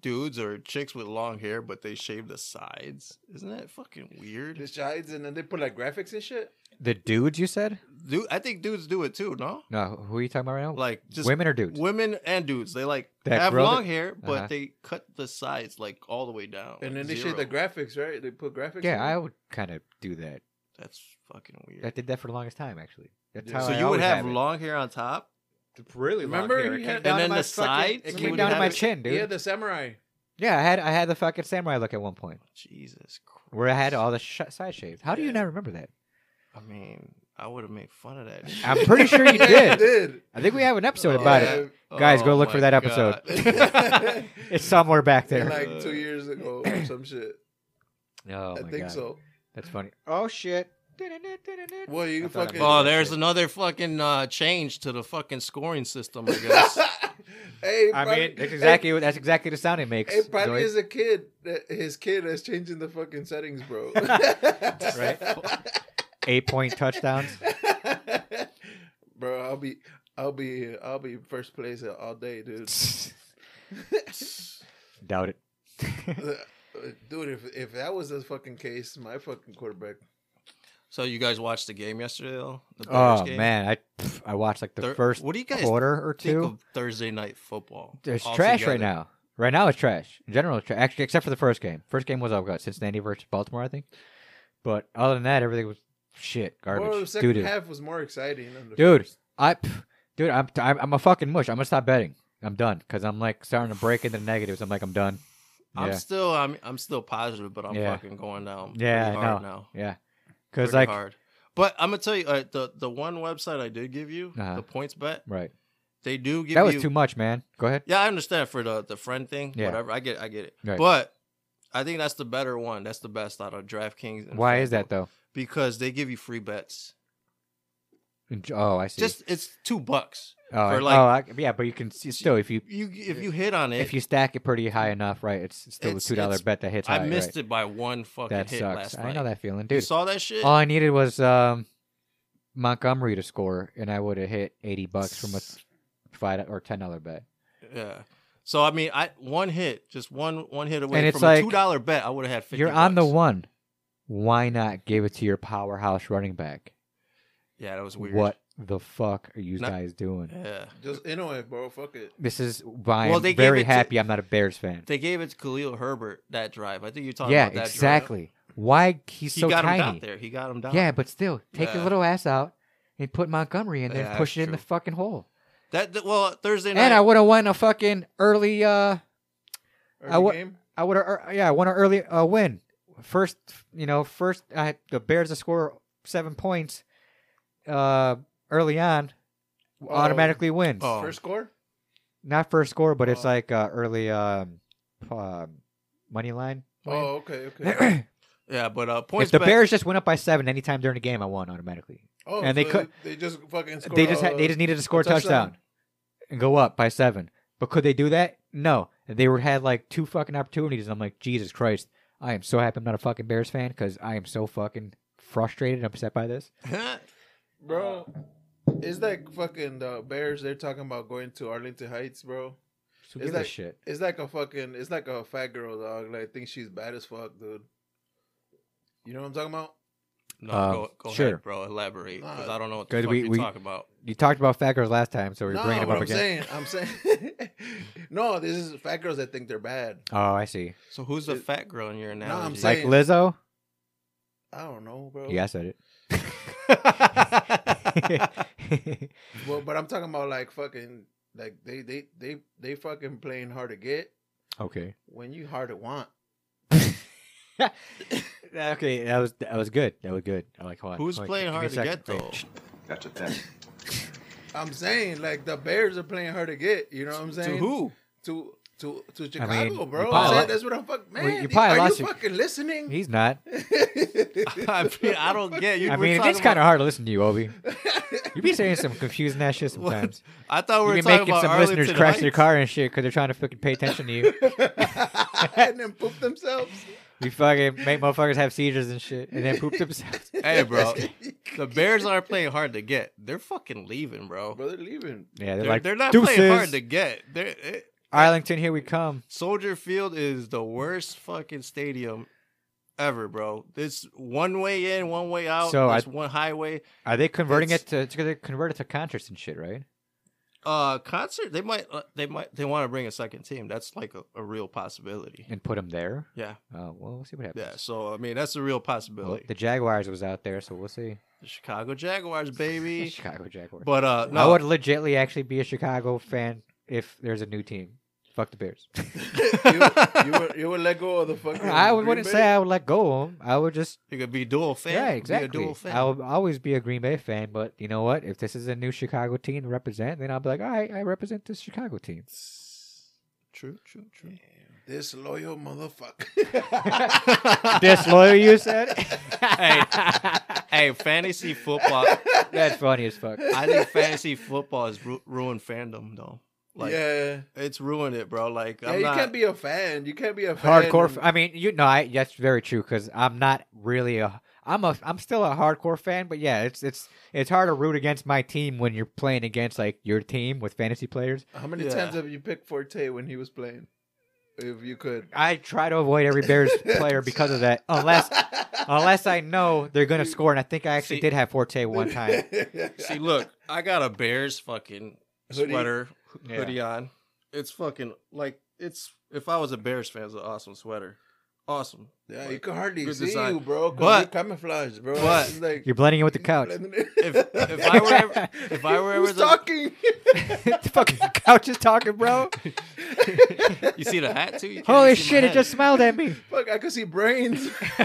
S3: dudes or chicks with long hair but they shave the sides? Isn't that fucking
S2: the
S3: weird?
S2: sides, and then they put like graphics and shit.
S1: The dudes you said?
S3: Dude, I think dudes do it too, no?
S1: No, who are you talking about right now?
S3: Like just
S1: Women or dudes?
S3: women and dudes, they like
S1: That
S3: have
S1: brother-
S3: long hair, but
S1: Uh-huh.
S3: they cut the sides like all the way down.
S2: And
S3: like,
S2: then they
S3: zero.
S2: shave the graphics, right? They put graphics.
S1: yeah, I
S2: in
S1: would kind of do that.
S3: That's fucking weird.
S1: I did that for the longest time, actually. That's
S2: Yeah.
S1: how
S3: so
S1: I
S3: you
S1: always
S3: would have,
S1: it.
S3: long hair on top.
S2: it. really
S1: long hair.
S2: remember?
S1: It
S2: he
S1: came
S2: had
S3: down
S2: down
S3: to
S2: to
S3: my
S2: my
S3: sides?
S2: fucking-
S1: It
S2: he
S1: came
S2: would
S1: down to
S2: have
S1: my
S2: it-
S1: chin, dude.
S2: Yeah, the samurai.
S1: Yeah, I had I had the fucking samurai look at one point
S3: Jesus Christ.
S1: where I had all the sh- side shaved. How do you
S2: Yeah.
S1: not remember that?
S3: I mean, I would have made fun of that.
S1: I'm pretty sure you
S2: Yeah,
S1: did.
S2: did.
S1: I think we have an episode about
S3: Yeah.
S1: it. Guys, go look for
S3: Oh, my
S1: that episode.
S3: God.
S1: It's somewhere back there.
S2: Like two years ago or some shit.
S1: oh
S2: I
S1: my
S2: think
S1: God.
S2: so.
S1: That's funny. Oh shit.
S2: Well, you
S1: I thought I made
S2: fucking.
S1: that
S3: oh, there's
S1: shit.
S3: another fucking uh, change to the fucking scoring system, I guess.
S2: hey,
S1: I
S2: probably-
S1: mean, that's exactly what that's exactly the sound it makes.
S2: It probably
S1: Zoid.
S2: is a kid. that- His kid is changing the fucking settings, bro.
S1: Right? Eight point touchdowns.
S2: bro, I'll be, I'll be, I'll be first place all day, dude.
S1: Doubt it.
S2: dude, if if that was the fucking case, my fucking quarterback.
S3: so you guys watched the game yesterday, though? The Bears
S1: Oh
S3: game?
S1: man, I pff, I watched like the
S3: Thir-
S1: first
S3: What do you guys
S1: quarter or
S3: think
S1: two.
S3: of Thursday night football?
S1: There's
S3: all
S1: trash right
S3: together?
S1: now. Right now it's trash. In general, it's trash. Actually, except for the first game. First game was all got Cincinnati versus Baltimore, I think. But other than that, everything was shit,
S2: Well, the
S1: garbage,
S2: second
S1: doo-doo.
S2: half was more exciting. Than the
S1: Dude,
S2: first.
S1: I, pff, dude, I'm, I'm, I'm a fucking mush. I'm gonna stop betting. I'm done because I'm like starting to break into the negatives. I'm like, I'm done.
S3: I'm
S1: Yeah,
S3: still, I'm, I'm still positive, but I'm
S1: Yeah.
S3: fucking going down.
S1: Yeah,
S3: pretty
S1: I
S3: hard now.
S1: yeah. Because
S3: Pretty
S1: like,
S3: hard. But I'm gonna tell you, uh, the the one website I did give you,
S1: Uh-huh.
S3: the points bet,
S1: right?
S3: they do give
S1: That
S3: you.
S1: was too much, man. Go ahead.
S3: Yeah, I understand for the the friend thing.
S1: Yeah.
S3: Whatever. I get I get it.
S1: Right.
S3: But I think that's the better one. That's the best out of DraftKings. and
S1: Why is that
S3: FanDuel.
S1: though?
S3: Because they give you free bets.
S1: Oh, I see.
S3: Just it's two bucks.
S1: oh,
S3: for,
S1: I-
S3: like-
S1: oh, I- yeah, but you can see, still if you
S3: You if you hit on it,
S1: if you stack it pretty high enough, right? It's still
S3: It's-
S1: a two dollar
S3: it's-
S1: bet that hits.
S3: I
S1: high,
S3: missed
S1: right?
S3: it by one fucking
S1: That
S3: hit
S1: sucks.
S3: last night.
S1: I know that feeling,
S3: You
S1: dude.
S3: saw that shit?
S1: All I needed was um, Montgomery to score, and I would have hit eighty bucks from a five or ten dollar bet.
S3: yeah. So I mean, I one hit, just one one hit away
S1: And it's
S3: from a
S1: like,
S3: two dollar bet, I would have had fifty.
S1: You're on the
S3: bucks.
S1: one. Why not give it to your powerhouse running back?
S3: Yeah, that was weird.
S1: What the fuck are you
S3: Not-
S1: guys doing?
S3: Yeah.
S2: just anyway, bro, fuck it.
S1: This is why
S3: Well,
S1: I'm
S3: they gave it
S1: very
S3: to-
S1: happy I'm not a Bears fan.
S3: They gave it to Khalil Herbert that drive. I think you're talking
S1: yeah,
S3: about that drive.
S1: exactly. Why he's
S3: He
S1: so
S3: got
S1: tiny?
S3: him down there. He got him down.
S1: Yeah, but still, take
S3: Yeah.
S1: his little ass out and put Montgomery in there
S3: Yeah,
S1: and push it
S3: that's
S1: in the
S3: true.
S1: fucking hole.
S3: That, that well Thursday night.
S1: And I would have won a fucking early. uh
S2: Early
S1: wa-
S2: game.
S1: I would have. Yeah, I won an early uh, win. First, you know, first I the Bears to score seven points. Uh, early on, automatically wins.
S3: Oh.
S2: First score.
S1: Not first score, but it's
S2: Oh.
S1: like uh, early um, um, money line. win.
S2: Oh, okay, okay.
S3: Yeah, but uh, points.
S1: if the
S3: bet-
S1: Bears just went up by seven anytime during the game, I won automatically.
S2: Oh,
S1: And they
S2: so
S1: could-
S2: They just fucking. Scored,
S1: they just had, they
S2: uh,
S1: just needed to score a touchdown.
S2: touchdown.
S1: and go up by seven. But could they do that? No, they were had like two fucking opportunities, and I'm like, Jesus Christ, I am so happy I'm not a fucking Bears fan because I am so fucking frustrated and upset by this.
S2: bro. It's like fucking the Bears. They're talking about going to Arlington Heights, bro.
S1: So
S2: It's
S1: give a
S2: like-
S1: shit.
S2: It's like a fucking. It's like a fat girl, dog. Like thinks she's bad as fuck, dude. You know what I'm talking about?
S3: no,
S1: Um,
S3: go, go
S1: sure.
S3: ahead, bro. Elaborate because
S2: Uh,
S3: I don't know what the
S1: good,
S3: fuck
S1: we-
S3: you're
S1: we-
S3: talking about.
S1: You talked about fat girls last time, so we're bringing them
S2: what
S1: up
S2: I'm
S1: again.
S2: saying, I'm saying, no. This is fat girls that think they're bad.
S1: oh, I see.
S3: So who's the
S2: It-
S3: fat girl in your
S2: I'm
S3: analogy?
S2: saying-
S1: Like Lizzo?
S2: I don't know, bro.
S1: Yeah, I said it.
S2: Well, but I'm talking about like fucking, like they they they they fucking playing hard to get
S1: okay.
S2: when you hard to want.
S1: Okay, that was that was good. That was good. I like hold on,
S3: Who's
S1: hold on,
S3: playing
S1: give me
S3: hard
S1: a
S3: to
S1: second.
S3: get though?
S1: Wait,
S5: That's a fact.
S2: I'm saying like the Bears are playing hard to get. You know what I'm
S3: To
S2: saying?
S3: who?
S2: To to to Chicago,
S1: mean, you
S2: bro.
S1: probably
S2: I'm saying
S1: lo-
S2: that's what I'm fucking man.
S1: Well, you
S2: you
S1: probably
S2: are
S1: lost
S2: you
S1: your-
S2: fucking listening?
S1: He's not.
S3: I mean, I don't get you.
S1: I
S3: were
S1: mean,
S3: talking
S1: it's kind
S3: about-
S1: of hard to listen to you, Obi. You be saying some confusing ass shit sometimes.
S3: I thought we
S1: You
S3: were
S1: be
S3: talking
S1: making
S3: about
S1: some listeners
S3: Arlington
S1: crash their
S3: Heights.
S1: car and shit because they're trying to fucking pay attention to you.
S2: and then poop themselves.
S1: You fucking make motherfuckers have seizures and shit, and then poop themselves.
S3: Hey,
S1: Oh.
S3: bro, the Bears aren't playing hard to get. They're fucking leaving, bro.
S2: Bro, they're leaving.
S1: Yeah, they're,
S3: they're,
S1: like,
S3: they're not
S1: "Deuces,
S3: playing hard to get. They're, it,
S1: Arlington, here we come.
S3: Soldier Field is the worst fucking stadium ever, bro. It's one way in, one way out.
S1: So
S3: So
S1: I-
S3: it's one highway.
S1: Are they converting
S3: It's-
S1: it to? It's gonna convert it to concerts and shit, right?
S3: Uh, concert. They might. uh, They might. They want to bring a second team. That's like a, a real possibility.
S1: And put them there.
S3: Yeah.
S1: Oh well, we'll see what happens.
S3: Yeah. So I mean, that's a real
S1: Well,
S3: possibility.
S1: the Jaguars was out there, so we'll see.
S3: The Chicago Jaguars, baby.
S1: Chicago Jaguars.
S3: But uh, no.
S1: I would legitly actually be a Chicago fan if there's a new team. Fuck the Bears.
S2: You, you, would, you would let go of the fucking.
S1: I
S2: Green
S1: would, wouldn't
S2: Bay?
S1: say I would let go of them. I would just
S3: You could be dual fan.
S1: yeah,
S3: Be a
S1: exactly.
S3: dual fan.
S1: I will always be a Green Bay fan, but you know what? If this is a new Chicago team to represent, then I'll be like, all right, I represent this Chicago team.
S3: True. True. True.
S2: This loyal motherfucker.
S1: Disloyal, you said?
S3: Hey. hey, fantasy football.
S1: That's funny as fuck.
S3: I think fantasy football has ru- ruined fandom though. Like
S2: yeah.
S3: it's ruined it, bro. Like
S2: Yeah,
S3: I'm
S2: you
S3: not.
S2: can't be a fan. You can't be a fan.
S1: Hardcore. f- I mean, you know, I, that's very true because I'm not really a. I'm a. I'm still a hardcore fan, but yeah, it's it's it's hard to root against my team when you're playing against like your team with fantasy players.
S2: How many
S3: Yeah.
S2: times have you picked Forte when he was playing? If you could.
S1: I try to avoid every Bears player because of that, unless unless I know they're gonna score, and I think I actually
S3: See-
S1: did have Forte one time.
S3: See, look, I got a Bears fucking
S2: Hoodie.
S3: sweater
S1: Yeah.
S3: hoodie on. It's fucking like it's. If I was a Bears fan, it's an awesome sweater. Awesome.
S2: Yeah,
S3: Like,
S2: you can hardly
S3: good
S2: see
S3: design.
S2: you, bro.
S3: But-
S2: But you camouflaged, bro.
S3: but-
S2: It's like
S1: You're blending in with the couch.
S3: If if I were ever, if I were ever
S2: Who's
S3: the,
S2: talking?
S1: the fucking couch is talking, bro.
S3: you see the hat too. You can't
S1: Holy
S3: even see my
S1: shit! It
S3: head.
S1: just smiled at me.
S2: Fuck, I could see brains.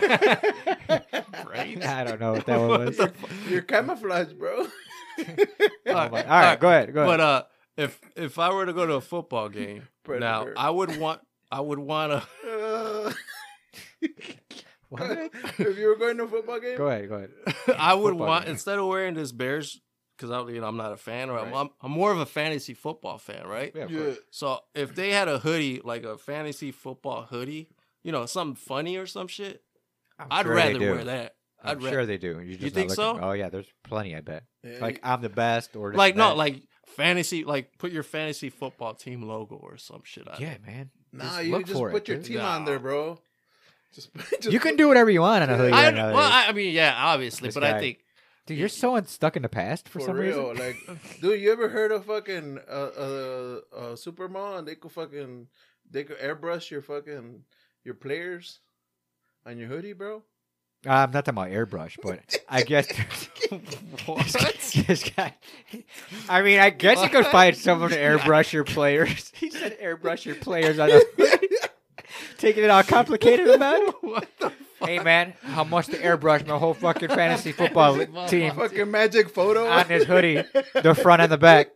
S3: Brains?
S1: I don't know what that one was.
S3: What the fu-
S2: You're camouflaged, bro.
S1: Oh my- all right, go ahead. Go ahead.
S3: But uh, if if I were to go to a football game now,
S2: Predator.
S3: I would want I would want to.
S2: Uh,
S3: uh,
S1: What?
S2: if you were going to a football game,
S1: Go ahead. Go ahead.
S3: I would
S1: Football
S3: want
S1: game.
S3: instead of wearing this Bears because I you know I'm not a fan or I'm,
S1: Right.
S3: I'm I'm more of a fantasy football fan, right?
S1: Yeah, of
S2: yeah,
S1: course.
S3: So if they had a hoodie like a fantasy football hoodie, you know, something funny or some shit,
S1: I'm
S3: i would
S1: sure they
S3: rather
S1: do.
S3: wear that.
S1: I'm
S3: I'd ra-
S1: sure they do. You're just not
S3: think
S1: looking-
S3: so?
S1: Oh yeah, there's plenty. I bet.
S2: yeah,
S1: Like I'm the best, or this
S3: like
S1: and
S3: no
S1: that.
S3: like fantasy like put your fantasy football team logo or some shit. On
S1: yeah,
S3: it.
S1: man.
S2: nah,
S1: just
S2: you
S1: look
S2: just
S1: for it,
S2: put your
S1: dude.
S2: team on there,
S3: Nah.
S2: bro. Just, just
S1: You can do whatever you want on a
S2: Yeah.
S1: hoodie.
S3: uh, I,
S1: right
S3: well,
S1: now.
S3: I, I mean, yeah, obviously,
S1: This
S3: but
S1: guy.
S3: I think
S1: dude, you're so stuck in the past for,
S2: for,
S1: some
S2: real.
S1: reason.
S2: Like, dude, you ever heard of fucking uh, uh, uh, Super Mall and they could fucking they could airbrush your fucking your players on your hoodie, bro?
S1: I'm not talking about airbrush, but I guess
S3: what?
S1: this guy. I mean, I guess you could find someone to airbrush your players. he said airbrush your players on a taking it all complicated about it.
S3: what the fuck?
S1: Hey man, how much to airbrush my whole fucking fantasy football team
S2: Fucking magic photo
S1: on this hoodie, the front and the back.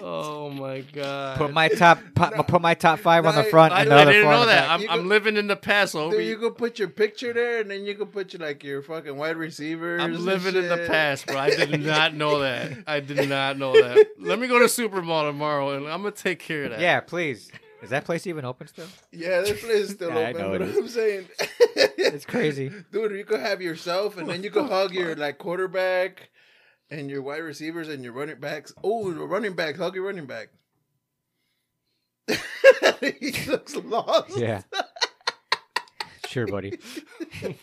S3: Oh my god!
S1: Put my top, pop,
S2: No.
S1: put my top five on the
S2: No,
S1: front
S3: I,
S1: and the
S3: I
S1: other
S3: didn't
S1: four on
S3: know
S1: the
S3: that.
S1: back.
S3: I'm,
S2: You
S3: I'm
S2: go-
S3: living in the past, Obi.
S2: Dude, you could put your picture there, and then you could put your, like your fucking wide receivers.
S3: I'm
S2: and
S3: living in the
S2: shit.
S3: past, bro. I did not know that. I did not know that. Let me go to Supermall tomorrow, and I'm gonna take care of that.
S1: Yeah, please. Is that place even open still?
S2: Yeah, this place is still
S1: Yeah, I
S2: open.
S1: know it
S2: but
S1: is.
S2: I'm saying,
S1: It's crazy.
S2: dude, you could have yourself, and then you could hug your like quarterback, and your wide receivers, and your running backs. Oh, the running back, hug your running back. he looks lost.
S1: Yeah. Sure, buddy.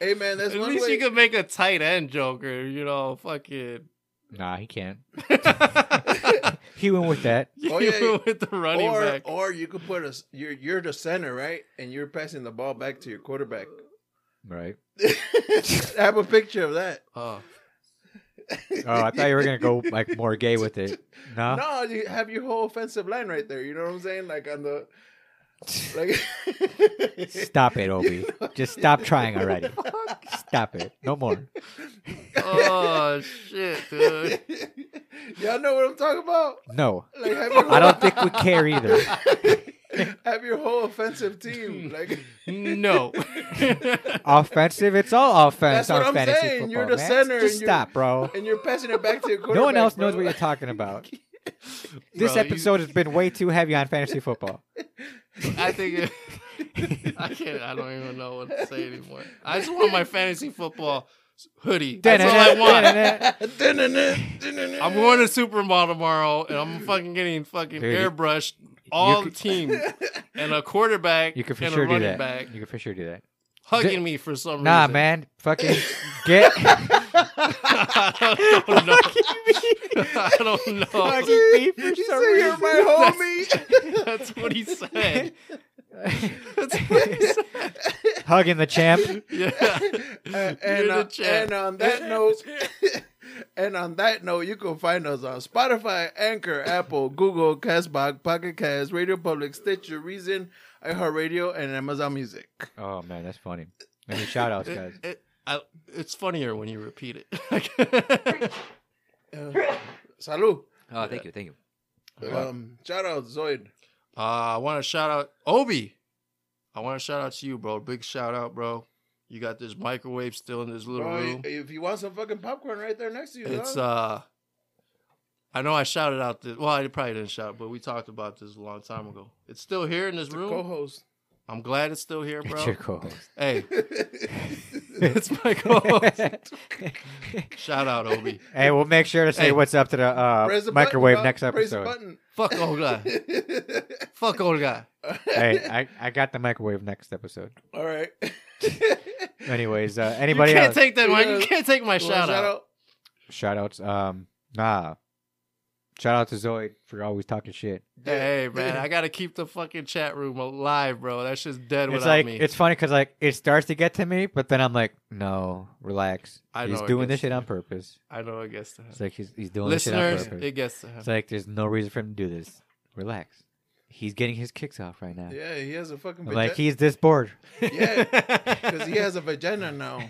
S2: Hey man, that's
S3: At
S2: one
S3: least
S2: way.
S3: you could make a tight end joker, you know, fucking.
S1: Nah, he can't.
S3: oh,
S1: He went with that.
S2: Oh, yeah, yeah.
S3: with the running
S2: or
S3: back.
S2: or you could put us. You're you're the center, right? And you're passing the ball back to your quarterback.
S1: Right.
S2: have a picture of that.
S3: Oh.
S1: Oh, I thought you were gonna go like more gay with it. No.
S2: No, you have your whole offensive line right there. You know what I'm saying? Like on the like.
S1: Stop it, Obi. Just stop trying already. Stop it. No more.
S3: oh shit, dude.
S2: Y'all know what I'm talking about?
S1: No,
S2: Like have your whole,
S1: I don't think we care either.
S2: have your whole offensive team. Like
S3: No.
S1: offensive, it's all offense
S2: That's what
S1: on
S2: I'm
S1: fantasy
S2: saying.
S1: football.
S2: You're the
S1: man.
S2: center
S1: Just
S2: and you're-
S1: stop, bro.
S2: and you're passing it back to your quarterback.
S1: No one else knows
S2: bro.
S1: what you're talking about. This
S3: Bro, you-
S1: episode has been way too heavy on fantasy football.
S3: I think it, I can't. I don't even know what to say anymore. I just want my fantasy football hoodie. That's all I want. I'm going to Super Bowl tomorrow, and I'm fucking getting fucking
S1: Dude, you-
S3: airbrushed all
S1: you
S3: the team and a quarterback
S1: You can for
S3: and
S1: sure
S3: a
S1: do
S3: running
S1: that.
S3: back
S1: You can for sure do that.
S3: hugging me for some
S1: Nah,
S3: reason.
S1: man, fucking get
S3: I don't know. I don't know.
S1: fucking me for
S2: You
S1: some
S2: say you're
S1: reason.
S2: my homie.
S3: That's what he said. That's what he said.
S1: Hugging the champ.
S3: Yeah.
S2: and, and,
S3: You're the
S2: uh,
S3: champ.
S2: and on that note, and on that note, you can find us on Spotify, Anchor, Apple, Google, Castbox, Pocket Cast, Radio Public, Stitcher, Reason, iHeartRadio, and Amazon Music.
S1: Oh man, that's funny. Any shout outs, guys?
S3: It, it, I, it's funnier when you repeat it.
S2: Uh, salud.
S1: Oh, thank you, thank you.
S2: Um, shout out Zoid.
S3: Uh, I want to shout out Obi. I want to shout out to you, bro. Big shout out, bro. You got this microwave still in this little
S2: Bro,
S3: room.
S2: if you want some fucking popcorn, right there next to you.
S3: It's
S2: dog.
S3: uh, I know I shouted out the. Well, I probably didn't shout, but we talked about this a long time ago. It's still here in this
S2: the
S3: room.
S2: co-host.
S3: I'm glad it's still here,
S1: It's your
S3: bro.
S1: co-host.
S3: hey, it's my co-host.
S1: hey,
S3: shout out Obi.
S1: we'll make sure to say
S3: Hey.
S1: what's up to the, uh,
S2: Press the
S1: microwave
S2: button,
S1: next
S2: dog. Press the
S1: episode.
S3: Fuck old guy.
S2: button.
S3: Fuck old guy.
S1: Hey, I, I got the microwave next episode.
S2: All right.
S1: Anyways, uh, anybody
S3: you can't
S1: else?
S3: take that. Mike. You
S2: Yeah.
S3: can't take my shout out.
S1: shout outs. Um, nah. Shout out to Zoe for always talking shit.
S3: Hey man, I gotta keep the fucking chat room alive, bro. That shit's dead
S1: It's
S3: without
S1: like
S3: me.
S1: it's funny because like it starts to get to me, but then I'm like, no, relax.
S3: I
S1: he's
S3: know it
S1: doing this
S3: gets
S1: shit
S3: to
S1: on
S3: you.
S1: purpose.
S3: I know it gets to him.
S1: It's like he's he's doing this shit on
S3: Listeners,
S1: purpose.
S3: it gets to him.
S1: It's like there's no reason for him to do this. Relax. He's getting his kicks off right now.
S2: Yeah, he has a fucking
S1: Like
S2: vagina.
S1: he's this bored.
S2: yeah, because he has a vagina now.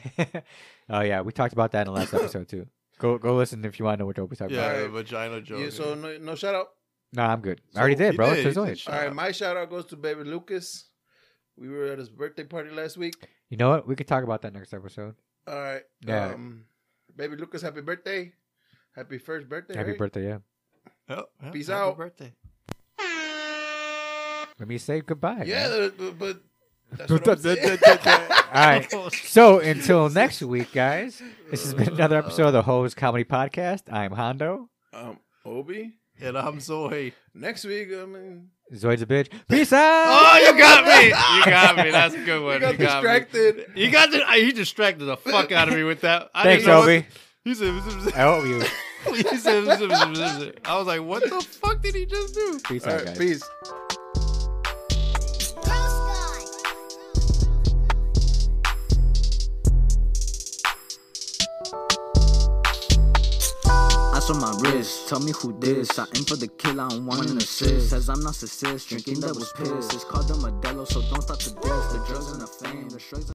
S1: oh yeah, we talked about that in the last episode too. Go go listen if you want to know what Joby's talking about.
S3: yeah,
S2: Alright.
S3: the vagina joke.
S2: Yeah, so no, no shout out.
S1: No, I'm good. I already
S3: So
S1: did,
S3: he
S1: bro.
S3: did.
S1: It's
S3: He
S1: Zoe.
S3: did.
S2: All right, my shout out goes to baby Lucas. We were at his birthday party last week.
S1: You know what? We could talk about that next episode.
S2: All right.
S1: Yeah.
S2: Um, baby Lucas, happy birthday. Happy first birthday.
S1: Happy
S2: right?
S1: birthday, yeah.
S3: Yep, yep,
S2: Peace
S3: Oh, happy
S2: out.
S3: Birthday.
S1: Let me say goodbye.
S2: Yeah,
S1: man.
S2: the- the- but that's what I'm saying.
S1: All right. So until next week, guys. This has been another episode of the Hose Comedy Podcast. I'm Hondo.
S2: um, Obi,
S3: and I'm Zoe.
S2: next week, I mean,
S1: Zoid's a bitch. Peace out.
S3: Oh, you got me. You got me. That's a good
S2: we
S3: one.
S2: got
S3: you got me.
S2: distracted.
S3: You got the, I- he distracted the fuck out of me with that. I
S1: Thanks,
S3: didn't know what-
S1: Obi.
S3: He said,
S1: I hope you.
S3: he said, I was like, what the fuck did he just do?
S1: Peace
S2: All
S1: out,
S2: right,
S1: guys.
S2: peace.
S5: Ice on my wrist, tell me who this. I aim for the kill, I don't want an assist. Says I'm narcissist, drinking that was piss. It's called the Modelo, so don't stop to diss. The drugs and the fame, the shrugs.